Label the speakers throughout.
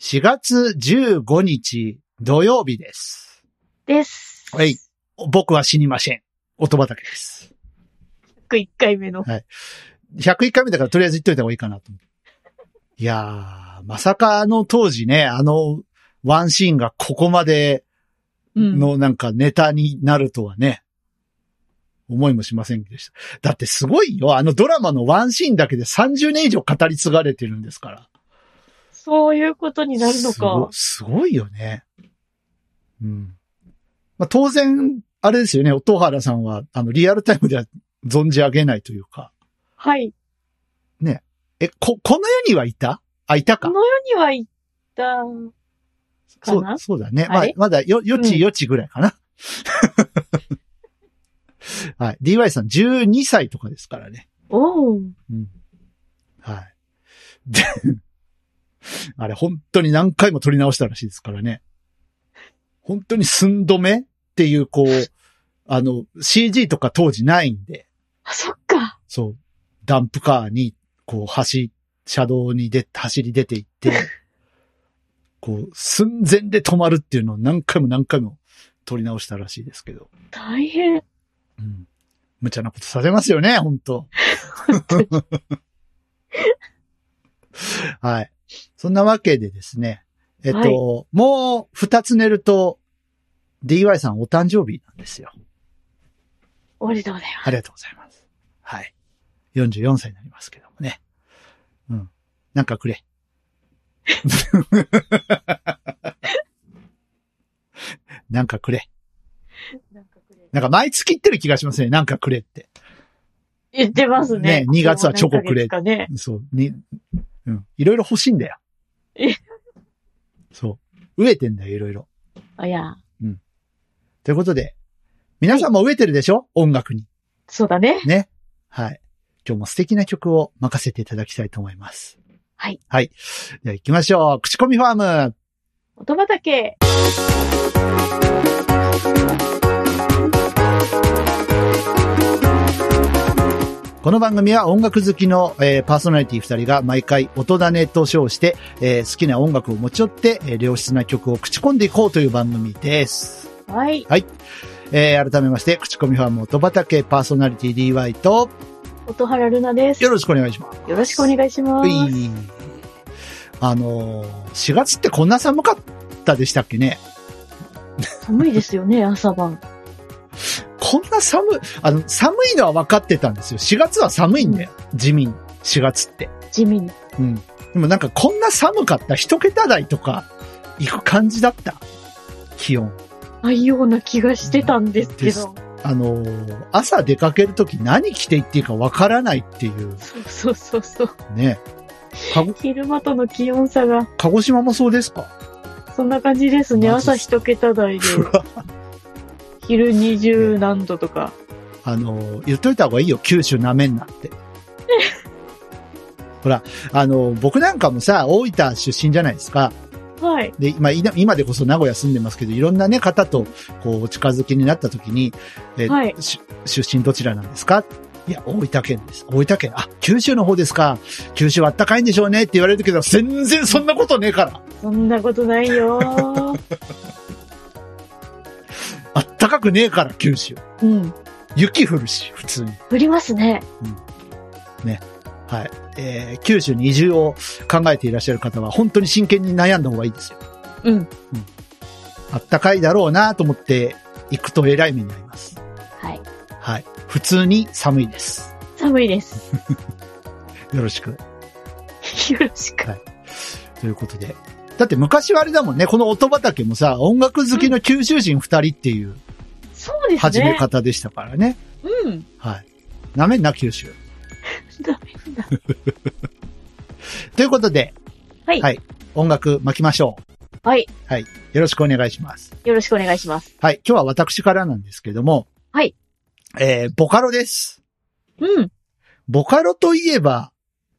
Speaker 1: 4月15日土曜日です。
Speaker 2: です。
Speaker 1: はい。僕は死にません。音畑です。
Speaker 2: 101回目の。
Speaker 1: 101回目だからとりあえず言っといた方がいいかなと思って。いやー、まさかあの当時ね、あのワンシーンがここまで
Speaker 2: うん。
Speaker 1: のなんかネタになるとはね、思いもしませんでした。だってすごいよ。あのドラマのワンシーンだけで30年以上語り継がれてるんですから。
Speaker 2: そういうことになるのか。
Speaker 1: すご。すごいよね。うん。まあ、当然、あれですよね、音原さんは、あの、リアルタイムでは存じ上げないというか。
Speaker 2: はい。
Speaker 1: え、こ、この世にはいたあ、いた
Speaker 2: こ
Speaker 1: か。
Speaker 2: の世には行った。
Speaker 1: そ
Speaker 2: か
Speaker 1: う、
Speaker 2: な
Speaker 1: そうだね。ま
Speaker 2: あ
Speaker 1: あ
Speaker 2: れ、
Speaker 1: まだよ、よ
Speaker 2: う
Speaker 1: ち
Speaker 2: ん
Speaker 1: よちぐらいかな。 はい。DY さん12歳とかですからね。
Speaker 2: おう。
Speaker 1: うん。はい。で、あれ本当に何回も撮り直したらしいですからね。本当に寸止めっていう、こう、あの、CG とか当時ないんで、
Speaker 2: あ、そっか。
Speaker 1: そう、ダンプカーに、こう、走、車道に出、走り出ていって、こう、寸前で止まるっていうのを何回も何回も撮り直したらしいですけど。
Speaker 2: 大変。
Speaker 1: うん。無茶なことさせますよね、本当はい。そんなわけでですね。えっと、
Speaker 2: はい
Speaker 1: もう二つ寝ると、DY さんお誕生日なんですよ。
Speaker 2: おめでとうございま
Speaker 1: ありがとうございます。はい。44歳になりますけどもね。うん。なんかくれ。 なんかくれ。
Speaker 2: す。なんかくれる
Speaker 1: なんか毎月言ってる気がしますね。なんかくれって。
Speaker 2: 言ってますね
Speaker 1: ね。2月はチョコくれ
Speaker 2: もう何ヶ月かね。
Speaker 1: そう、に、うん。いろいろ欲しいんだよ
Speaker 2: え。
Speaker 1: そう。飢えてんだよ、いろいろ。
Speaker 2: あ、いや、
Speaker 1: ということで、皆さんも飢えてるでしょ、音楽に。
Speaker 2: そうだね。
Speaker 1: ね。はい。今日も素敵な曲を任せていただきたいと思います。
Speaker 2: はい。
Speaker 1: はい。では行きましょう。口コミファーム。
Speaker 2: 音畑。
Speaker 1: この番組は音楽好きの、えーパーソナリティ2人が毎回音種と称して、えー好きな音楽を持ち寄って、えー良質な曲を口コんでいこうという番組です。
Speaker 2: はい。
Speaker 1: えー改めまして、口コミファーム音畑パーソナリティ DY と、
Speaker 2: 音原ルナです。
Speaker 1: よ
Speaker 2: よ
Speaker 1: ろしくお願いします。
Speaker 2: ろしくお願いしま
Speaker 1: う
Speaker 2: す。
Speaker 1: いあのー、4月ってこんな寒かったでしたっけね
Speaker 2: 寒いですよね、朝晩。
Speaker 1: こんな寒い、あの、寒いのは分かってたんですよ。4月は寒いんだよ。地味に。4月って。
Speaker 2: 地味に。
Speaker 1: うん。でもなんかこんな寒かった。一桁台とか、行く感じだった。気温。
Speaker 2: ああいうような気がしてたんですけど。
Speaker 1: あのー、朝出かけるとき何着ていっていいか分からないっていう、
Speaker 2: そうそうそうそう。
Speaker 1: ね。かご
Speaker 2: 昼間との気温差が。
Speaker 1: 鹿児島もそうですか
Speaker 2: そんな感じですね。
Speaker 1: マジ
Speaker 2: 朝
Speaker 1: っす
Speaker 2: 一桁台で、昼二十何度とか。
Speaker 1: あの、言っといた方がいいよ、九州なめんなって。 ほら、あの、僕なんかもさ、大分出身じゃないですか。
Speaker 2: はい。
Speaker 1: で、今、いな今でこそ名古屋住んでますけど、いろんなね、方と、こう、お近づきになった時に、え
Speaker 2: はい
Speaker 1: し出身どちらなんですかいや、大分県です。大分県。あ、九州の方ですか。九州はあったかいんでしょうねって言われるけど、全然そんなことねえから。
Speaker 2: そんなことない よー
Speaker 1: あったかくねえから、九州。
Speaker 2: うん。
Speaker 1: 雪降るし、普通に。
Speaker 2: 降りますね。
Speaker 1: はい。えー九州に移住を考えていらっしゃる方は、本当に真剣に悩んだ方がいいですよ。
Speaker 2: うん。
Speaker 1: あったかいだろうなと思って行くと偉い目になります。
Speaker 2: はい。
Speaker 1: はい。普通に寒いです。
Speaker 2: 寒いです。
Speaker 1: よろしく。
Speaker 2: よろしく。
Speaker 1: ということで。だって昔はあれだもんね、この音畑もさ、音楽好きの九州人二人っていう
Speaker 2: そうですね。
Speaker 1: 始め方でしたからね。
Speaker 2: うん。
Speaker 1: はい。なめんな、九州。
Speaker 2: ダメだ。
Speaker 1: ということで、
Speaker 2: はい
Speaker 1: はい。音楽巻きましょう。
Speaker 2: はい。
Speaker 1: よろしくお願いします。
Speaker 2: よろしくお願いします。
Speaker 1: はい。今日は私からなんですけども。
Speaker 2: はい。
Speaker 1: えー、ボカロです。
Speaker 2: うん。
Speaker 1: ボカロといえば、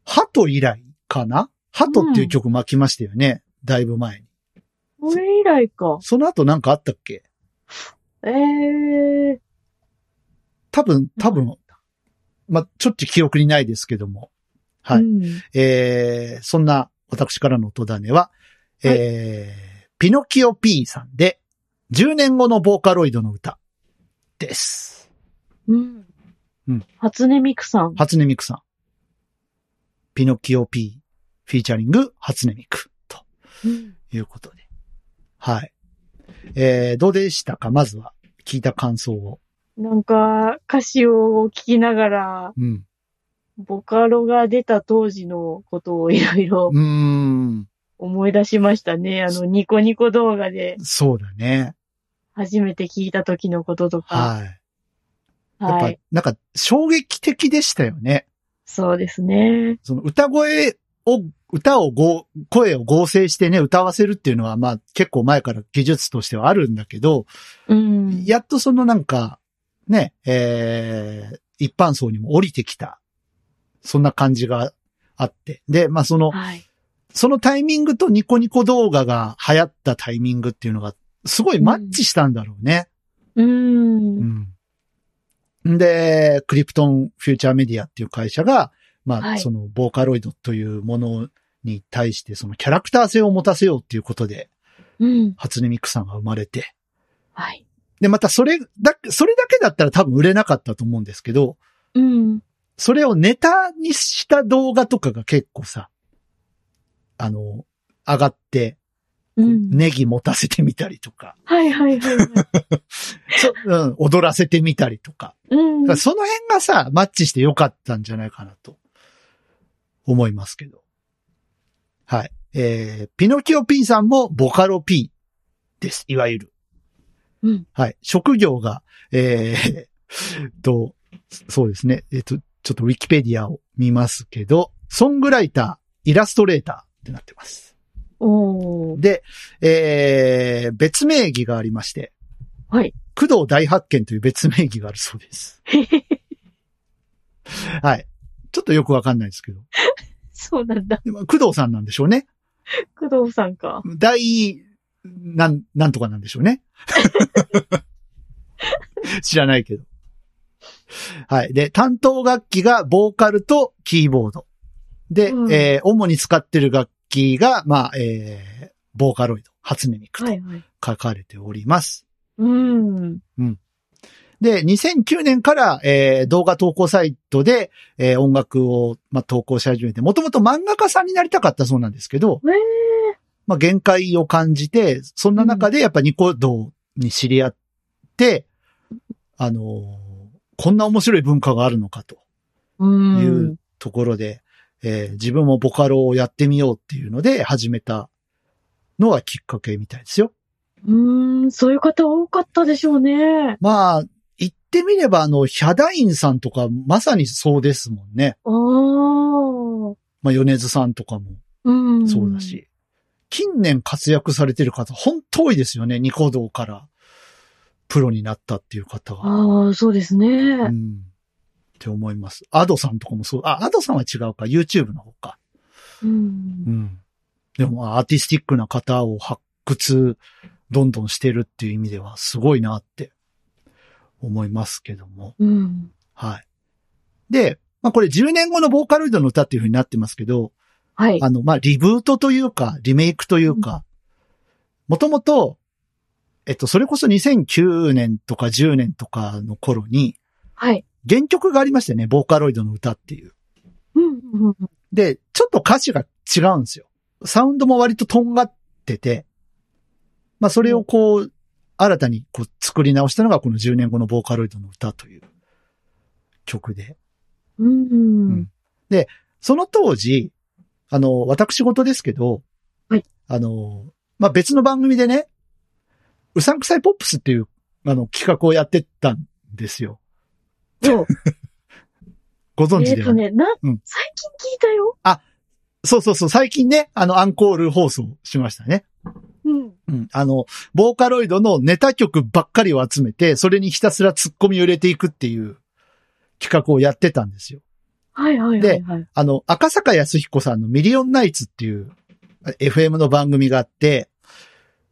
Speaker 1: ハト以来かなハトっていう曲巻きましたよね。だいぶ前に。
Speaker 2: これ以来か。
Speaker 1: その後なんかあったっけ
Speaker 2: えー。
Speaker 1: 多分、多分、ま、ちょっと記憶にないですけども。はい。
Speaker 2: うん
Speaker 1: えー、そんな私からの音種は、
Speaker 2: はい
Speaker 1: えー、ピノキオ P さんで、10年後のボーカロイドの歌です。
Speaker 2: うん。
Speaker 1: うん。
Speaker 2: 初音ミクさん。
Speaker 1: 初音ミクさん。ピノキオ P フィーチャリング初音ミクと
Speaker 2: うん
Speaker 1: いうことで。はい。えー、どうでしたかまずは聞いた感想を。
Speaker 2: なんか、歌詞を聞きながら、
Speaker 1: うん。
Speaker 2: ボカロが出た当時のことをいろいろ
Speaker 1: うーん。
Speaker 2: 思い出しましたね。あの、ニコニコ動画で
Speaker 1: そうだね。
Speaker 2: 初めて聞いた時のこととか。
Speaker 1: はい。やっ
Speaker 2: は
Speaker 1: ぱ、
Speaker 2: い。
Speaker 1: なんか衝撃的でしたよね。
Speaker 2: そうですね。
Speaker 1: その歌声を、歌をご、声を合成してね、歌わせるっていうのは、まあ結構前から技術としてはあるんだけど、
Speaker 2: うん。
Speaker 1: やっとそのなんか、ね、えー、一般層にも降りてきた。そんな感じがあって。で、まあその、
Speaker 2: はい。
Speaker 1: そのタイミングとニコニコ動画が流行ったタイミングっていうのが、すごいマッチしたんだろうね。
Speaker 2: う。
Speaker 1: うんん。で、クリプトンフューチャーメディアっていう会社が、まあ、
Speaker 2: はい
Speaker 1: その、ボーカロイドというものに対して、そのキャラクター性を持たせようっていうことで、
Speaker 2: うん。
Speaker 1: 初音ミクさんが生まれて。
Speaker 2: はい。
Speaker 1: で、またそれだ、それだけだったら多分売れなかったと思うんですけど、
Speaker 2: うん。
Speaker 1: それをネタにした動画とかが結構さ、あの、上がって、
Speaker 2: うん。
Speaker 1: ネギ持たせてみたりとか、
Speaker 2: はいはいは いはい。
Speaker 1: そうん、踊らせてみたりとか、
Speaker 2: うん
Speaker 1: だか。らその辺がさ、マッチしてよかったんじゃないかなと、思いますけど。はい。えー、ピノキオ P さんもボカロ P です。いわゆる。
Speaker 2: うん。
Speaker 1: はい。職業が、えー、 えっと、そうですね。えっと、ちょっとウィキペディアを見ますけど、ソングライター、イラストレーターってなってます。
Speaker 2: おー。
Speaker 1: で、えー、別名義がありまして、
Speaker 2: はい。
Speaker 1: 工藤大発見という別名義があるそうです。はい。ちょっとよくわかんないですけど。
Speaker 2: そうなんだ。
Speaker 1: でも工藤さんなんでしょうね。
Speaker 2: 工藤さんか。
Speaker 1: 大、なん、なんとかなんでしょうね。 知らないけど。はい。で、担当楽器がボーカルとキーボード。で、
Speaker 2: うん
Speaker 1: えー主に使ってる楽器が、まあ、えーボーカロイド、初音ミク
Speaker 2: は
Speaker 1: と
Speaker 2: いはい。
Speaker 1: 書かれております。
Speaker 2: うん。
Speaker 1: で、2009年から、えー動画投稿サイトで、えー音楽を、まあ、投稿し始めて、もともと漫画家さんになりたかったそうなんですけど、
Speaker 2: えー
Speaker 1: まあ、限界を感じて、そんな中でやっぱニコ動に知り合って、あのーこんな面白い文化があるのかと
Speaker 2: うん。
Speaker 1: いうところで、えー自分もボカロをやってみようっていうので始めたのがきっかけみたいですよ。
Speaker 2: うーん、そういう方多かったでしょうね。
Speaker 1: まあ、言ってみれば、あの、ヒャダインさんとか、まさにそうですもんね。
Speaker 2: ああ。
Speaker 1: まあ、米津さんとかも
Speaker 2: うん。
Speaker 1: そうだ。し。近年活躍されてる方、本当多いですよね。ニコ動からプロになったっていう方が。
Speaker 2: ああ、そうです
Speaker 1: う
Speaker 2: ね。
Speaker 1: ん。って思います。アドさんとかもそう。あ、アドさんは違うか。YouTube の方か。
Speaker 2: う。
Speaker 1: うんん。でも、まあアーティスティックな方を発掘、どんどんしてるっていう意味では、すごいなって思いますけども。
Speaker 2: うん。
Speaker 1: はい。で、まあこれ10年後のボーカロイドの歌っていう風になってますけど、
Speaker 2: はい。
Speaker 1: あの、まあリブートというか、リメイクというか、もともと、えっと、それこそ2009年とか10年とかの頃に、
Speaker 2: はい。
Speaker 1: 原曲がありましてね、ボーカロイドの歌っていう。
Speaker 2: うんうん。うん
Speaker 1: で、ちょっと歌詞が違うんですよ。サウンドも割ととんがってて、まあそれをこう、新たにこう作り直したのがこの10年後のボーカロイドの歌という曲で。
Speaker 2: うん。
Speaker 1: んその当時、あの、私事ですけど、
Speaker 2: はい
Speaker 1: あの、まあ、別の番組でね、うさんくさいポップスっていう、あの、企画をやってたんですよ。
Speaker 2: そう。
Speaker 1: ご 存
Speaker 2: え
Speaker 1: 知で
Speaker 2: っ
Speaker 1: は
Speaker 2: とね、な
Speaker 1: うん、
Speaker 2: 最近聞いたよ。
Speaker 1: そうそうそう、最近ね、あの、アンコール放送しましたね。
Speaker 2: うん。
Speaker 1: うん。あの、ボーカロイドのネタ曲ばっかりを集めて、それにひたすらツッコミを入れていくっていう企画をやってたんですよ。
Speaker 2: はいはいはいはい。
Speaker 1: あの、赤坂康彦さんのミリオンナイツっていうあ FM の番組があって、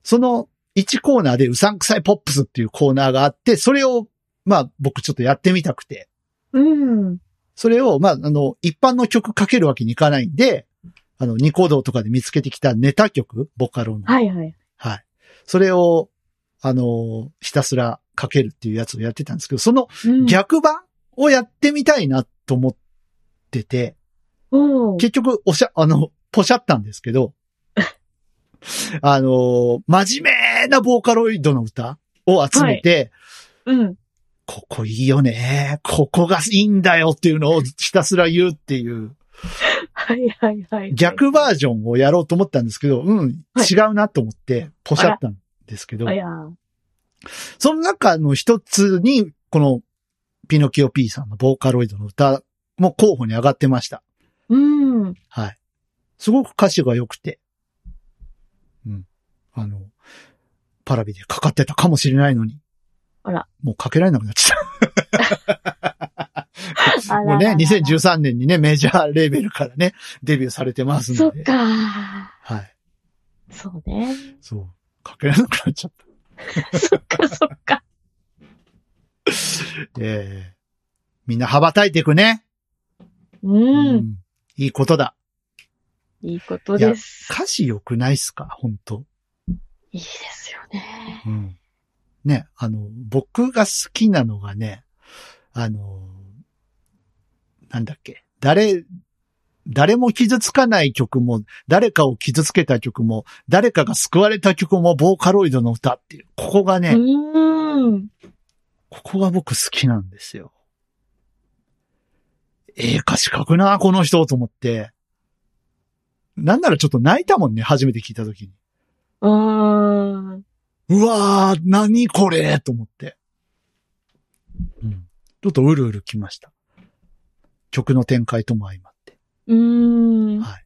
Speaker 1: その1コーナーでうさんくさいポップスっていうコーナーがあって、それを、まあ僕ちょっとやってみたくて、
Speaker 2: うん。
Speaker 1: それを、まああの、一般の曲かけるわけにいかないんで、あの、ニコ動とかで見つけてきたネタ曲、ボカロの。
Speaker 2: はいはい。
Speaker 1: はい。それを、あの、ひたすらかけるっていうやつをやってたんですけど、その
Speaker 2: うん、
Speaker 1: 逆版をやってみたいなと思ってて、
Speaker 2: おー
Speaker 1: 結局、おしゃ、あの、ポシャったんですけど、 あの、真面目なボーカロイドの歌を集めて、
Speaker 2: うん。
Speaker 1: ここいいよね。ここがいいんだよっていうのをひたすら言うっていう、
Speaker 2: はいはいはい。
Speaker 1: 逆バージョンをやろうと思ったんですけど、うん、
Speaker 2: はい
Speaker 1: 違うなと思って、ポシャったんですけど
Speaker 2: あ、いやー
Speaker 1: その中の一つに、この、ピノキオ P さんのボーカロイドの歌も候補に上がってました。
Speaker 2: うん。
Speaker 1: はい。すごく歌詞が良くて、うん。あの、パラビでかかってたかもしれないのに。
Speaker 2: あら。
Speaker 1: もうかけられなくなっちゃった。
Speaker 2: あら
Speaker 1: もうね、2013年にね、メジャーレーベルからね、デビューされてます
Speaker 2: そ
Speaker 1: の
Speaker 2: っ
Speaker 1: で。
Speaker 2: か
Speaker 1: はい。
Speaker 2: ー。そうね。
Speaker 1: そう。かけられなくなっちゃった。
Speaker 2: そっかそっか。
Speaker 1: ええみんな羽ばたいていくね。う
Speaker 2: うん。
Speaker 1: いいことだ。
Speaker 2: いいことです。
Speaker 1: 歌詞良くないっすか本当
Speaker 2: いいですよね。
Speaker 1: うん。ね、あの、僕が好きなのがね、あの、なんだっけ、誰、誰も傷つかない曲も、誰かを傷つけた曲も、誰かが救われた曲も、ボーカロイドの歌っていう、ここがね、
Speaker 2: うん。
Speaker 1: ここが僕好きなんですよ。ええ歌詞書くな、この人と思って。なんならちょっと泣いたもんね、初めて聞いた時に。
Speaker 2: うん。
Speaker 1: うわー、何これと思って。うん。ちょっとうるうるきました。曲の展開とも相まって。
Speaker 2: うん。
Speaker 1: はい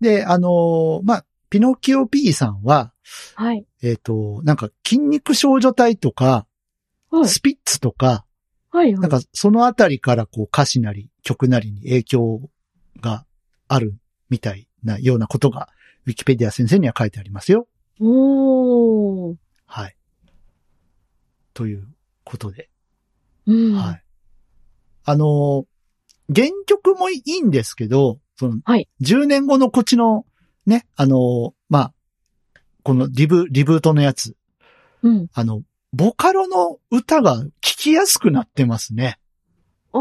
Speaker 1: で、あのーまあ、ピノキオ P さんは、
Speaker 2: はい。
Speaker 1: えっ、と、なんか、筋肉少女隊とか、
Speaker 2: はい。
Speaker 1: スピッツとか、
Speaker 2: はい。
Speaker 1: なんか、そのあたりからこう歌詞なり曲なりに影響があるみたいなようなことが、ウィキペディア先生には書いてありますよ。
Speaker 2: おー。
Speaker 1: はい。ということで。
Speaker 2: うん。。
Speaker 1: はいい。あのー原曲もいいんですけど、その、
Speaker 2: はい
Speaker 1: 10年後のこっちの、ね、あのーまあ、このリブ、リブートのやつ、
Speaker 2: うん。
Speaker 1: あの、ボカロの歌が聴きやすくなってますね。
Speaker 2: あ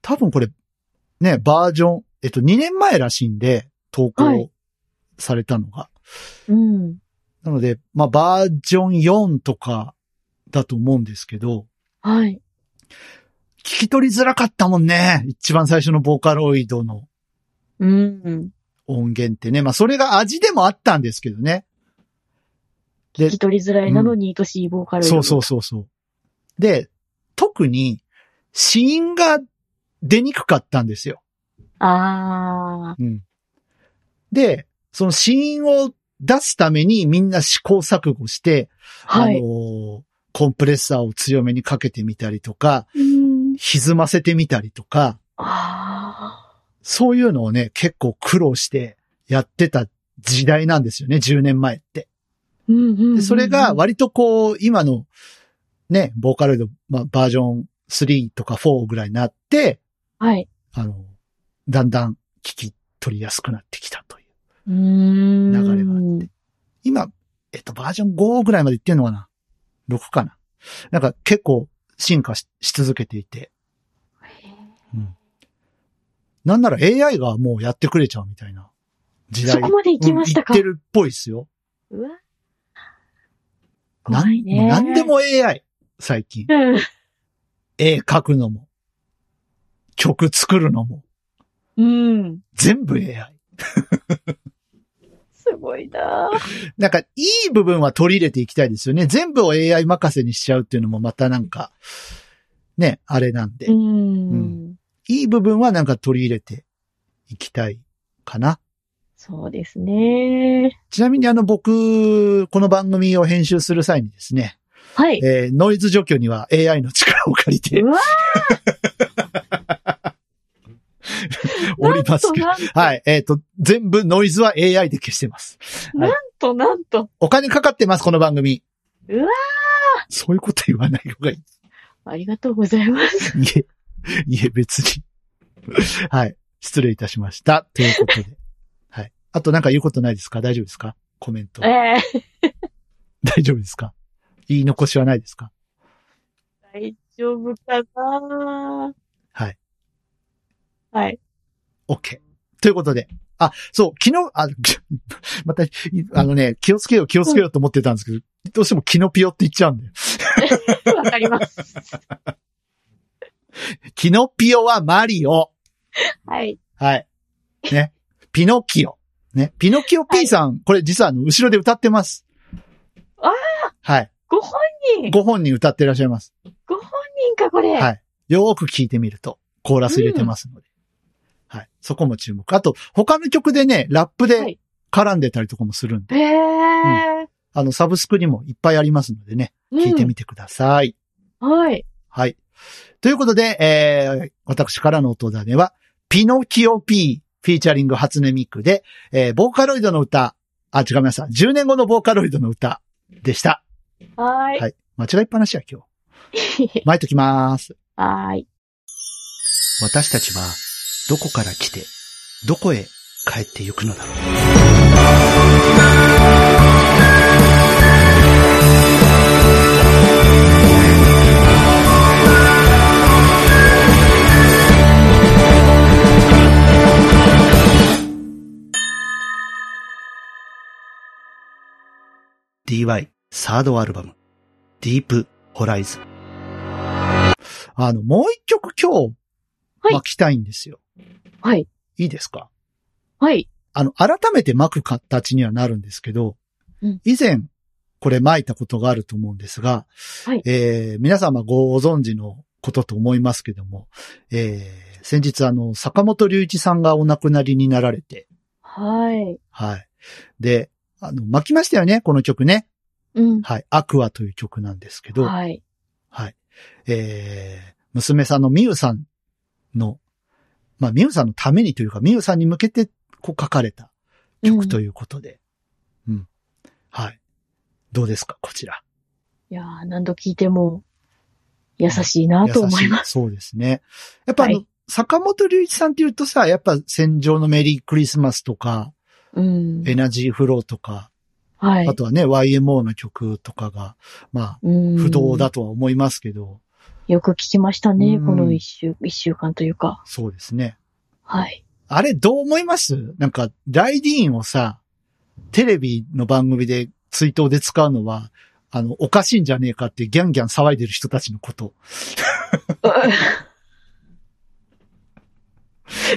Speaker 1: 多分これ、ね、バージョン、えっと、2年前らしいんで、投
Speaker 2: は
Speaker 1: 稿
Speaker 2: い
Speaker 1: されたのが。
Speaker 2: うん。
Speaker 1: なので、まあ、バージョン4とかだと思うんですけど、
Speaker 2: はい。
Speaker 1: 聞き取りづらかったもんね。一番最初のボーカロイドの
Speaker 2: うん。
Speaker 1: 音源ってね。まあ、それが味でもあったんですけどね。で
Speaker 2: 聞き取りづらいなのに愛しいボーカル。
Speaker 1: そうそうそうそう。で、特に、死因が出にくかったんですよ。
Speaker 2: あ
Speaker 1: うん。で、その死因を出すためにみんな試行錯誤して、
Speaker 2: あ。は
Speaker 1: あ
Speaker 2: い。
Speaker 1: の、コンプレッサーを強めにかけてみたりとか、
Speaker 2: うん。
Speaker 1: 歪ませてみたりとか、
Speaker 2: あ
Speaker 1: そういうのをね、結構苦労してやってた時代なんですよね、10年前って。
Speaker 2: ーうんうんうん。
Speaker 1: で、それが割とこう、今の、ね、ボーカロイド、まあ、バージョン3とか4ぐらいになって、
Speaker 2: はい。
Speaker 1: あの、だんだん聞き取りやすくなってきたという。
Speaker 2: うーん。
Speaker 1: 流れがあって。今、えっと、バージョン5ぐらいまでいってんのかな ?6 かななんか結構進化しし続けていて、なんなら AI がもうやってくれちゃうみたいな時代。
Speaker 2: そこまで行きましたか
Speaker 1: うん行ってるっぽいですよ。
Speaker 2: うわ。
Speaker 1: なん
Speaker 2: 怖いね。
Speaker 1: もう何で。も AI、最近。
Speaker 2: うん。
Speaker 1: 絵描くのも、曲作るのも、
Speaker 2: うん。
Speaker 1: 全部 AI。
Speaker 2: すごいなぁ
Speaker 1: なんか、いい部分は取り入れていきたいですよね。全部を AI 任せにしちゃうっていうのもまたなんか、ね、あれなんで。
Speaker 2: うん。
Speaker 1: いい部分はなんか取り入れていきたいかな。
Speaker 2: そうですね。
Speaker 1: ちなみにあの僕、この番組を編集する際にですね、
Speaker 2: はい。
Speaker 1: えーノイズ除去には AI の力を借りて
Speaker 2: うわ
Speaker 1: おります
Speaker 2: と
Speaker 1: けど。
Speaker 2: なんと、
Speaker 1: はい。えっ、と、全部ノイズは AI で消してます。
Speaker 2: となんと。
Speaker 1: お金かかってます、この番組。
Speaker 2: うわ
Speaker 1: そういうこと言わない方がいい。
Speaker 2: ありがとうございます。
Speaker 1: いえ、いえ、別に。はい。失礼いたしました。ということで。はい。あとなんか言うことないですか大丈夫ですかコメント。
Speaker 2: ええ
Speaker 1: 大丈夫ですか言い残しはないですか
Speaker 2: 大丈夫かな
Speaker 1: はい。
Speaker 2: はい。
Speaker 1: OK。ということで。あ、そう、昨日、あ、 また、いあのね、気をつけよう、気をつけようと思ってたんですけど、どうしてもキノピオって言っちゃうんだよ。
Speaker 2: わかります。
Speaker 1: キノピオはマリオ。
Speaker 2: はい。
Speaker 1: はい。ね。ピノキオ。ね。ピノキオ P さん、これ実はあの、後ろで歌ってます。
Speaker 2: ああ
Speaker 1: はい。
Speaker 2: ご本人
Speaker 1: ご本人歌ってらっしゃいます。
Speaker 2: ご本人か、これ。
Speaker 1: はいよーく聞いてみると、コーラス入れてますので。はい。そこも注目。あと、他の曲でね、ラップ
Speaker 2: は
Speaker 1: で
Speaker 2: い
Speaker 1: 絡んでたりとかもするんで、
Speaker 2: へえ。
Speaker 1: あの、サブスクにもいっぱいありますのでね、聞いてみてください。
Speaker 2: うん。はい。
Speaker 1: はい。ということで、えー、私からの音種は、ピノキオ P、フィーチャリング初音ミクで、えー、ボーカロイドの歌、あ、違いました。10年後のボーカロイドの歌でした。
Speaker 2: は
Speaker 1: はい間違いっぱなしや、今日。
Speaker 2: い。
Speaker 1: 巻いときます。
Speaker 2: はい。
Speaker 1: 私たちは、どこから来て、どこへ帰ってゆくのだろう。DY サードアルバム、ディープホライズン。あの、もう一曲今日、
Speaker 2: はい
Speaker 1: 巻きたいんですよ。
Speaker 2: はい。
Speaker 1: いいですか
Speaker 2: はい。
Speaker 1: あの、改めて巻く形にはなるんですけど、
Speaker 2: うん
Speaker 1: 以前、これ巻いたことがあると思うんですが、
Speaker 2: はい
Speaker 1: えー皆様ご存知のことと思いますけども、えー先日あの、坂本隆一さんがお亡くなりになられて、
Speaker 2: はい。
Speaker 1: はい。で、あの、巻きましたよね、この曲ね。
Speaker 2: うん。
Speaker 1: はい。アクアという曲なんですけど、
Speaker 2: はい。
Speaker 1: はい。えー、娘さんのみゆさんの、まあ、みゆさんのためにというか、みゆさんに向けて、こう書かれた曲と
Speaker 2: いうん。い
Speaker 1: いうことで。うん、はい。どうですか、こちら。
Speaker 2: やー何度聞いても、優しいなと思います。
Speaker 1: す。そうですね。やっぱあの、
Speaker 2: はい
Speaker 1: 坂本隆一さんって言うとさ、やっぱ戦場のメリークリスマスとか、
Speaker 2: うん。
Speaker 1: エナジーフローとか、
Speaker 2: はい
Speaker 1: あ。とはね、YMO の曲とかが、まあ、
Speaker 2: うん
Speaker 1: 不動だ。とは思いますけど、
Speaker 2: よく聞きましたね、
Speaker 1: うん
Speaker 2: この一週、一週間というか。
Speaker 1: そうですね。
Speaker 2: はい。
Speaker 1: あれどう思いますなんか、ライディーンをさ、テレビの番組で追悼で使うのは、あの、おかしいんじゃねえかってギャンギャン騒いでる人たちのこと。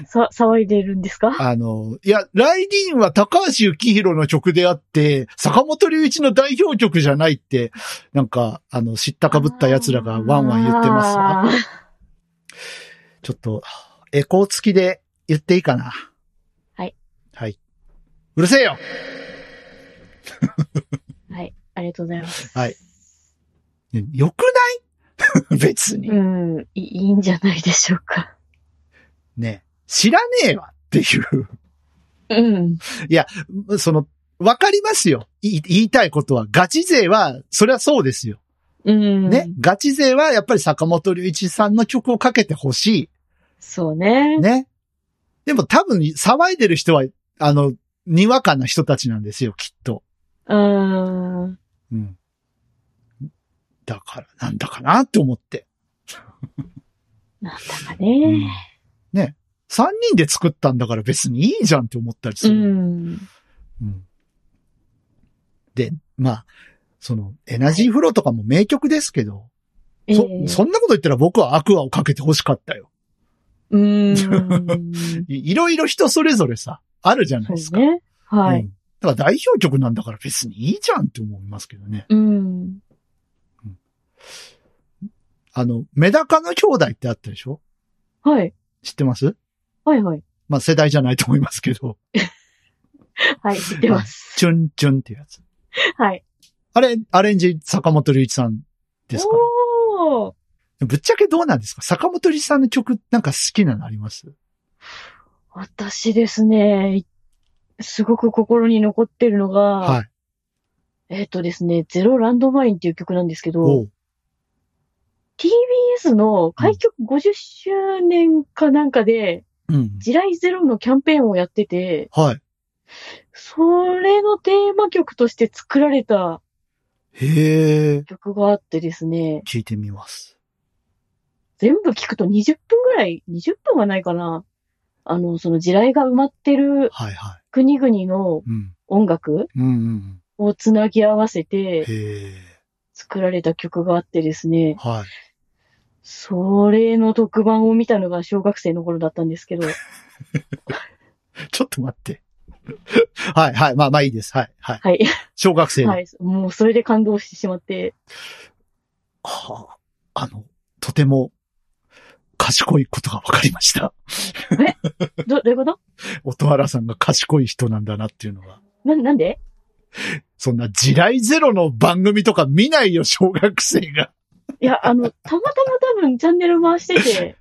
Speaker 2: さ、騒いでるんですか
Speaker 1: あの、いや、ライディーンは高橋幸宏の曲であって、坂本龍一の代表曲じゃないって、なんか、あの、知ったかぶった奴らがワンワン言ってます。
Speaker 2: ます。
Speaker 1: ちょっと、エコー付きで言っていいかな。
Speaker 2: はい。
Speaker 1: はい。うるせえよ
Speaker 2: はい。ありがとうございます。
Speaker 1: はい。ねよくない 別に
Speaker 2: う。ん、いいいんじゃないでしょうか。
Speaker 1: ね。知らねえわっていう。
Speaker 2: うん。
Speaker 1: その、わかりますよ。い言いたいことは。ガチ勢は、そりゃそうですよ。
Speaker 2: うん。
Speaker 1: ね。。ガチ勢はやっぱり坂本龍一さんの曲をかけてほし
Speaker 2: そうね
Speaker 1: い。。ね。でも多分騒いでる人は、あの、にわかな人たちなんですよ、きっと。
Speaker 2: うん。
Speaker 1: うん。だから、なんだかなって思って。
Speaker 2: なんだかね。
Speaker 1: ね。三人で作ったんだから別にいいじゃんって思ったりす
Speaker 2: う
Speaker 1: る。
Speaker 2: ん。
Speaker 1: うんで、まあ、その、エナジーフローとかも名曲ですけど、そ、
Speaker 2: ええ
Speaker 1: そんなこと言ったら僕はアクアをかけて欲しかったよ。
Speaker 2: う ーん。
Speaker 1: いいろいろ人それぞれさ、あるじゃないです
Speaker 2: そ
Speaker 1: か。
Speaker 2: うね。は
Speaker 1: う
Speaker 2: い。
Speaker 1: んだから代表曲なんだから別にいいじゃんって思いますけどね。
Speaker 2: うん。
Speaker 1: あの、メダカの兄弟ってあったでしょ
Speaker 2: はい。
Speaker 1: 知ってます
Speaker 2: はいはい。
Speaker 1: まあ、世代じゃないと思いますけど、
Speaker 2: はい。知ってます。
Speaker 1: チュンチュンっていうやつ。
Speaker 2: はい。
Speaker 1: あれ、アレンジ坂本龍一さんですから。
Speaker 2: おー
Speaker 1: ぶっちゃけどうなんですか坂本龍一さんの曲なんか好きなのあります
Speaker 2: 私ですね、すごく心に残ってるのが、
Speaker 1: はい。
Speaker 2: えっ、とですね、ゼロランドマインっていう曲なんですけ
Speaker 1: お
Speaker 2: ど、
Speaker 1: う
Speaker 2: TBS の開局50周年かなんかで、
Speaker 1: うん。
Speaker 2: 地雷ゼロのキャンペーンをやってて、
Speaker 1: はい。
Speaker 2: それのテーマ曲として作られた
Speaker 1: へえ、
Speaker 2: 曲があってですね、
Speaker 1: 聞いてみます。
Speaker 2: 全部聞くと20分ぐらい、20分はないかな。あの、その地雷が埋まってる
Speaker 1: はいは
Speaker 2: 国々の
Speaker 1: い。うん。
Speaker 2: 音楽
Speaker 1: うんうん。
Speaker 2: をつなぎ合わせ
Speaker 1: へ
Speaker 2: て
Speaker 1: え、
Speaker 2: 作られた曲があってですね、
Speaker 1: はい。
Speaker 2: それの特番を見たのが小学生の頃だったんです けど、
Speaker 1: ちょっと待って。 はいはい。まあまあいいです。はいはい。
Speaker 2: はい。
Speaker 1: 小学生の。
Speaker 2: はい。もうそれで感動してしまって、
Speaker 1: はあ、あの、とても賢いことが分かりました。
Speaker 2: ど、どういうこと
Speaker 1: 音原さんが賢い人なんだなっていうのが。
Speaker 2: な、なんで
Speaker 1: そんな地雷ゼロの番組とか見ないよ、小学生が。
Speaker 2: いや、あの、たまたま多分チャンネル回してて、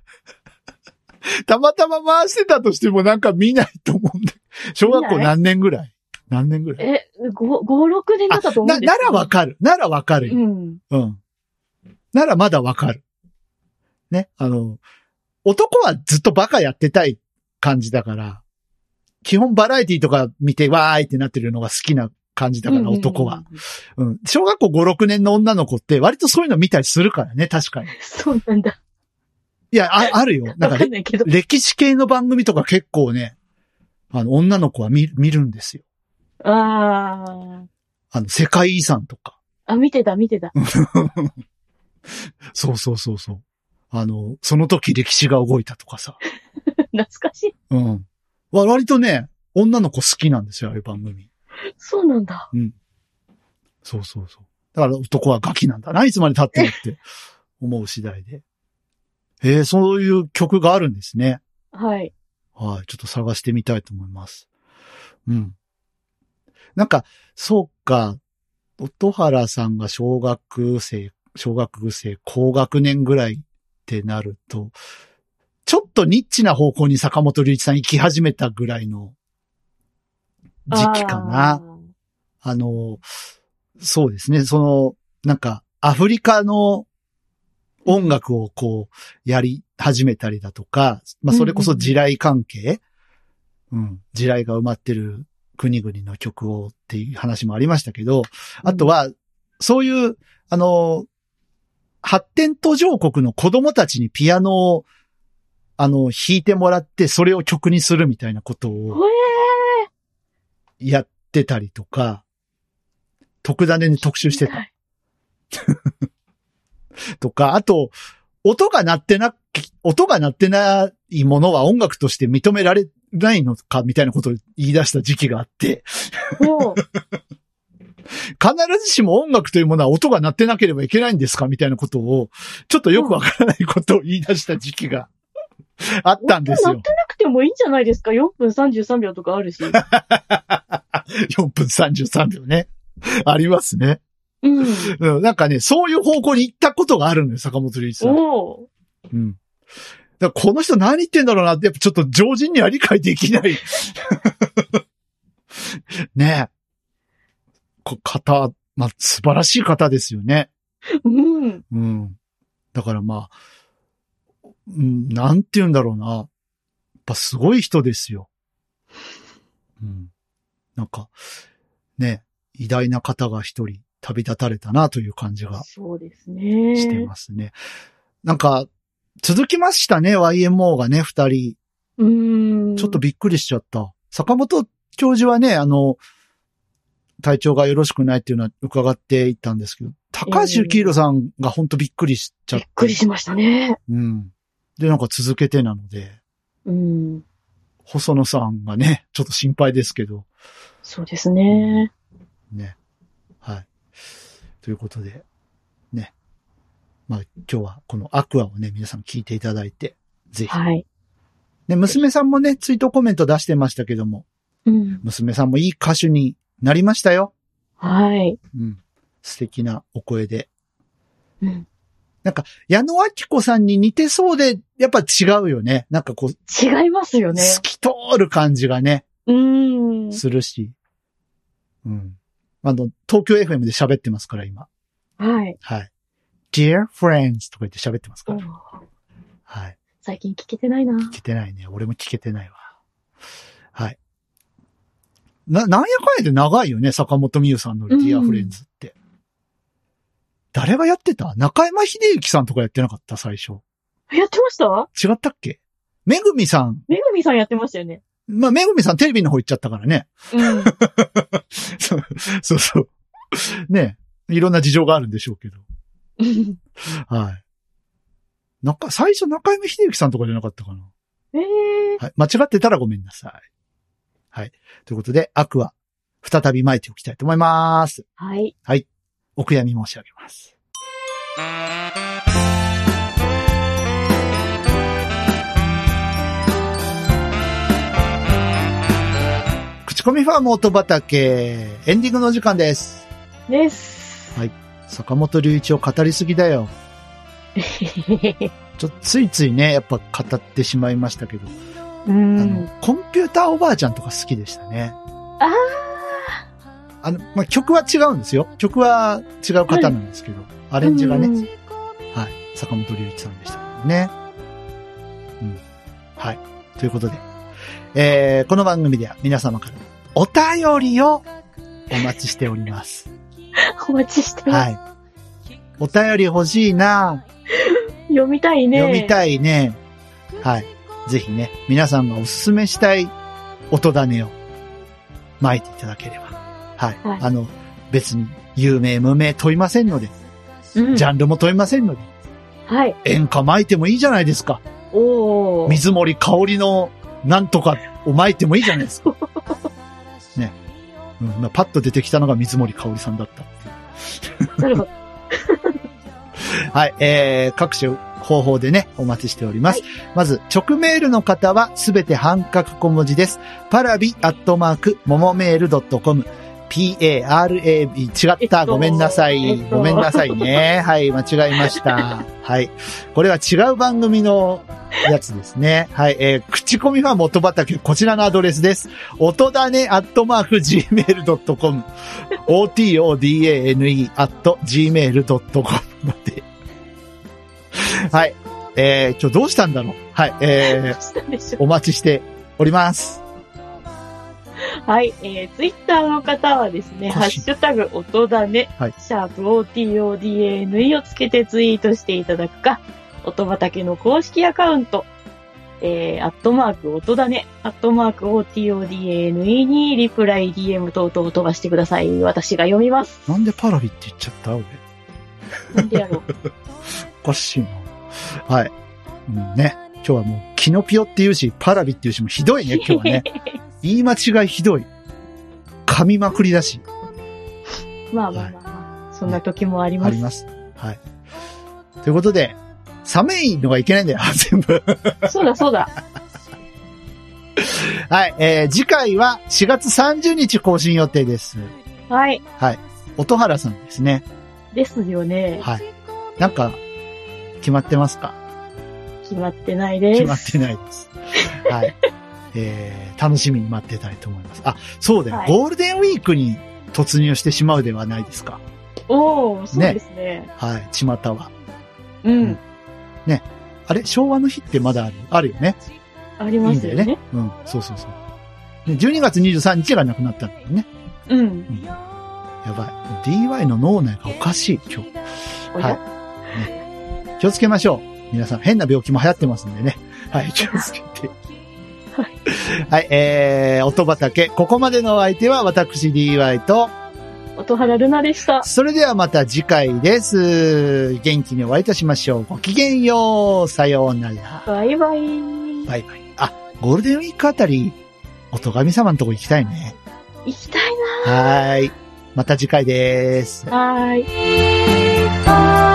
Speaker 1: たまたま回してたとしてもなんか見ないと思うんで。小学校何年ぐらい何年ぐらい
Speaker 2: え、5、5 6年だ
Speaker 1: あ
Speaker 2: ったと思う
Speaker 1: なん
Speaker 2: です
Speaker 1: な
Speaker 2: けど
Speaker 1: らわかる。ならわかる
Speaker 2: う
Speaker 1: よ。
Speaker 2: ん。
Speaker 1: うん。ならまだわかる。ね。あの、男はずっとバカやってたい感じだから、基本バラエティとか見てわーいってなってるのが好きな感じだから、男は。
Speaker 2: うん。
Speaker 1: うん。小学校5、6年の女の子って割とそういうの見たりするからね、確かに。
Speaker 2: そうなんだ。
Speaker 1: いや、あある よ。なん
Speaker 2: わ
Speaker 1: か
Speaker 2: かんないけど。
Speaker 1: 歴史系の番組とか結構ね、あの、女の子は見見るんですよ。
Speaker 2: あ
Speaker 1: あの、世界遺産とか。
Speaker 2: あ。あ、見てた、見てた。
Speaker 1: そうそうそうそう。あの、その時歴史が動いたとかさ。
Speaker 2: 懐かしい。
Speaker 1: うん。わ割とね、女の子好きなんですよ、ああいう番組。
Speaker 2: そうなんだ。
Speaker 1: そうそうそう。だから男はガキなんだな、いつまで経ってもって思う次第で。えー、そういう曲があるんですね。
Speaker 2: はい。
Speaker 1: はい、ちょっと探してみたいと思います。うん。なんか、そうか、音原さんが小学生、小学生、高学年ぐらいってなると、ちょっとニッチな方向に坂本龍一さん行き始めたぐらいの時期かな。
Speaker 2: あ
Speaker 1: あの、そうですね、その、なんか、アフリカの音楽をこう、やり始めたりだとか、まあ、それこそ地雷関係、うん地雷が埋まってる国々の曲をっていう話もありましたけど、
Speaker 2: ー
Speaker 1: あと、は、そういう、あの、発展途上国の子供たちにピアノを、あの、弾いてもらって、それを曲にするみたいなこと
Speaker 2: うん
Speaker 1: を
Speaker 2: ほえ
Speaker 1: やってたりとか、特ダネで特集
Speaker 2: ー
Speaker 1: してた。とか、あと、音が鳴ってな、音が鳴ってないものは音楽として認められないのか、みたいなことを言い出した時期があって、
Speaker 2: も う、
Speaker 1: 必ずしも音楽というものは音が鳴ってなければいけないんですか、みたいなことを、ちょっとよくわからないことを言い出した時期があったんです
Speaker 2: 鳴
Speaker 1: よ
Speaker 2: っ。てなくてもいいんじゃないですか ?4 分33秒とかあるし。
Speaker 1: 4分33秒ね。ありますね。
Speaker 2: うん。
Speaker 1: うんなんかね、そういう方向に行ったことがあるのよ、坂本龍一さん。
Speaker 2: おー
Speaker 1: うん。だからこの人何言ってんだろうなって、やっぱちょっと常人には理解できない。 ねえ。こ方、まあ、素晴らしい方ですよね。
Speaker 2: うん。
Speaker 1: うん。だからまあ、うん、なんて言うんだろうな。やっぱすごい人ですよ。うん。なんか、ねえ、偉大な方が一人旅立たれたなという感じが
Speaker 2: そうですね。
Speaker 1: してますね。なんか、続きましたね、YMO がね、二人。
Speaker 2: うーん。
Speaker 1: ちょっとびっくりしちゃった。坂本教授はね、あの、体調がよろしくないっていうのは伺っていたんですけど、高橋幸宏さんが本当びっくりしちゃ
Speaker 2: び
Speaker 1: っ。
Speaker 2: ってくりしましたね。
Speaker 1: うん。で、なんか続けてなので、
Speaker 2: うん。
Speaker 1: 細野さんがね、ちょっと心配ですけど、
Speaker 2: そうですね。
Speaker 1: ね。はい。ということで、ね。まあ今日はこのアクアをね、皆さん聞いていただいて、ぜひ
Speaker 2: はい。
Speaker 1: ね、娘さんもね、ツイートコメント出してましたけども、
Speaker 2: うん。
Speaker 1: 娘さんもいい歌手になりましたよ。
Speaker 2: はい。
Speaker 1: うん。素敵なお声で。
Speaker 2: うん
Speaker 1: 矢野明子さんに似てそうで、やっぱ違うよね。なんかこう、
Speaker 2: 違いますよね。
Speaker 1: 透き通る感じがね、
Speaker 2: うーん。
Speaker 1: するし。うん。あの、東京 FM で喋ってますから、今。
Speaker 2: はい。
Speaker 1: はい。Dear Friends とか言って喋ってますか
Speaker 2: お
Speaker 1: ら。はい。
Speaker 2: 最近聞けてないな。
Speaker 1: 聞けてないね。俺も聞けてないわ。はい。な、なんやかんやで長いよね、坂本美優さんのディアフレンズって。誰がやってた中山秀幸さんとかやってなかった、最初。
Speaker 2: やってました
Speaker 1: 違ったっけめぐみさん。
Speaker 2: めぐみさんやってましたよね。
Speaker 1: まあ、めぐみさんテレビの方行っちゃったからね。
Speaker 2: うん。
Speaker 1: そうそうそう。ねいろんな事情があるんでしょうけど。はい。なんか、最初中山秀幸さんとかじゃなかったかな。
Speaker 2: ええ
Speaker 1: はい。間違ってたらごめんなさい。はい。ということで、アクア、再び巻いておきたいと思います。
Speaker 2: はい。
Speaker 1: お悔やみ申し上げます。口コミファーム音畑、エンディングのお時間です。
Speaker 2: です。
Speaker 1: はい坂本隆一を語りすぎだよ。ちょっとついついね、やっぱ語ってしまいましたけど、あ
Speaker 2: うん
Speaker 1: の。、コンピューターおばあちゃんとか好きでしたね。
Speaker 2: あ
Speaker 1: あの、まあ、曲は違うんですよ。曲は違う方なんですけど、ア
Speaker 2: ア
Speaker 1: レンジがね、
Speaker 2: ね。
Speaker 1: はい。坂本龍一さんでしたけどね。うん。はい。ということで、えー、この番組では皆様からお便りをお待ちしております。
Speaker 2: お待ちしてます。
Speaker 1: はい。お便り欲しいな、
Speaker 2: 読みたいね。
Speaker 1: 読みたいね。はい。ぜひね、皆さんがおすすめしたい音種を巻いていただければ。はい。
Speaker 2: はい
Speaker 1: あの、別に有名無名問いませんので、
Speaker 2: うん
Speaker 1: ジャンルも問いませんので、
Speaker 2: はい。
Speaker 1: 演歌巻いてもいいじゃないですか。
Speaker 2: おー。
Speaker 1: 水森香りのなんとかを巻いてもいいじゃないです か。ね。うんまあ、パッと出てきたのが水森香りさんだったっていう。
Speaker 2: なるほど。
Speaker 1: はい、えー、各種方法でね、お待ちしております。まず、直メールの方はすべて半角小文字です。パラビアットマーク、ももメールドットコム。p-a-r-a-b、違った、
Speaker 2: えっと
Speaker 1: ごめんなさい、
Speaker 2: えっと
Speaker 1: ごめんなさい ね。はい、間違えました。はい。これは違う番組のやつですね。はい、えー、口コミファン元畑、こちらのアドレスです。音だね、アットマーク、gmail.com。otodane, アット、gmail.com まで。はい。えー、今日どうしたんだろうはい。えー、
Speaker 2: したんでしょ
Speaker 1: お待ちしております。
Speaker 2: う。はい。えー、ツイッターの方はですね、
Speaker 1: 腰
Speaker 2: ハッシュタグ音だね、
Speaker 1: はい
Speaker 2: シャープ OTODANE をつけてツイートしていただくか、音畑の公式アカウント、えー、アットマーク音だね、アットマーク OTODANE にリプライ DM 等々を飛ばしてください。私が読みます。
Speaker 1: なんでパラビって言っちゃった俺。
Speaker 2: なんでやろう。
Speaker 1: おかしいな。はい。うん、ね。今日はもう、キノピオっていうし、パラビっていうし、もうひどいね、 今日は ね。言い間違いひどい。噛みまくりだし、
Speaker 2: まあまあまあまあ、そんな時もあり
Speaker 1: あ
Speaker 2: ま
Speaker 1: り
Speaker 2: す。
Speaker 1: ます。はい。ということで、寒いのがいけないんだよ、 全部。
Speaker 2: そうだそうだ。
Speaker 1: はい。えー、次回は4月30日更新予定です。
Speaker 2: はい。
Speaker 1: はい。音原さんですね。
Speaker 2: ですよね。
Speaker 1: はい。なんか、決まってますか
Speaker 2: 決まってないです。
Speaker 1: 決まってない です。はい。えー、楽しみに待ってたいと思います。あ、そうだよ、
Speaker 2: はい
Speaker 1: ゴールデンウィークに突入してしまうではないですか。
Speaker 2: おー、そうですね。
Speaker 1: はい、巷は。
Speaker 2: うん。
Speaker 1: あれ昭和の日ってまだあるあるよね。
Speaker 2: あり
Speaker 1: いい
Speaker 2: ま
Speaker 1: ん
Speaker 2: す
Speaker 1: だ
Speaker 2: よ
Speaker 1: よ
Speaker 2: ね。
Speaker 1: ね。うん、そうそうそう。ね12月23日がなくなったんだよね。
Speaker 2: うん。
Speaker 1: やばい。DY の脳内がおかしい、今日。
Speaker 2: おや、
Speaker 1: はい、ね気をつけましょう。皆さん、変な病気も流行ってますんでね。 はい、気をつけて。
Speaker 2: は
Speaker 1: はい、えー、音畑。ここまでのお相手は私 DY と、
Speaker 2: 音原ルナでした。
Speaker 1: それではまた次回です。元気にお会いいたしましょう。ごきげんよう。さようなら。
Speaker 2: バイバイ。
Speaker 1: バイバイ。あ、ゴールデンウィークあたり、おとがみ様のとこ行きたいね。
Speaker 2: 行きたい
Speaker 1: はーい。また次回です。
Speaker 2: な。はーい。
Speaker 3: 「お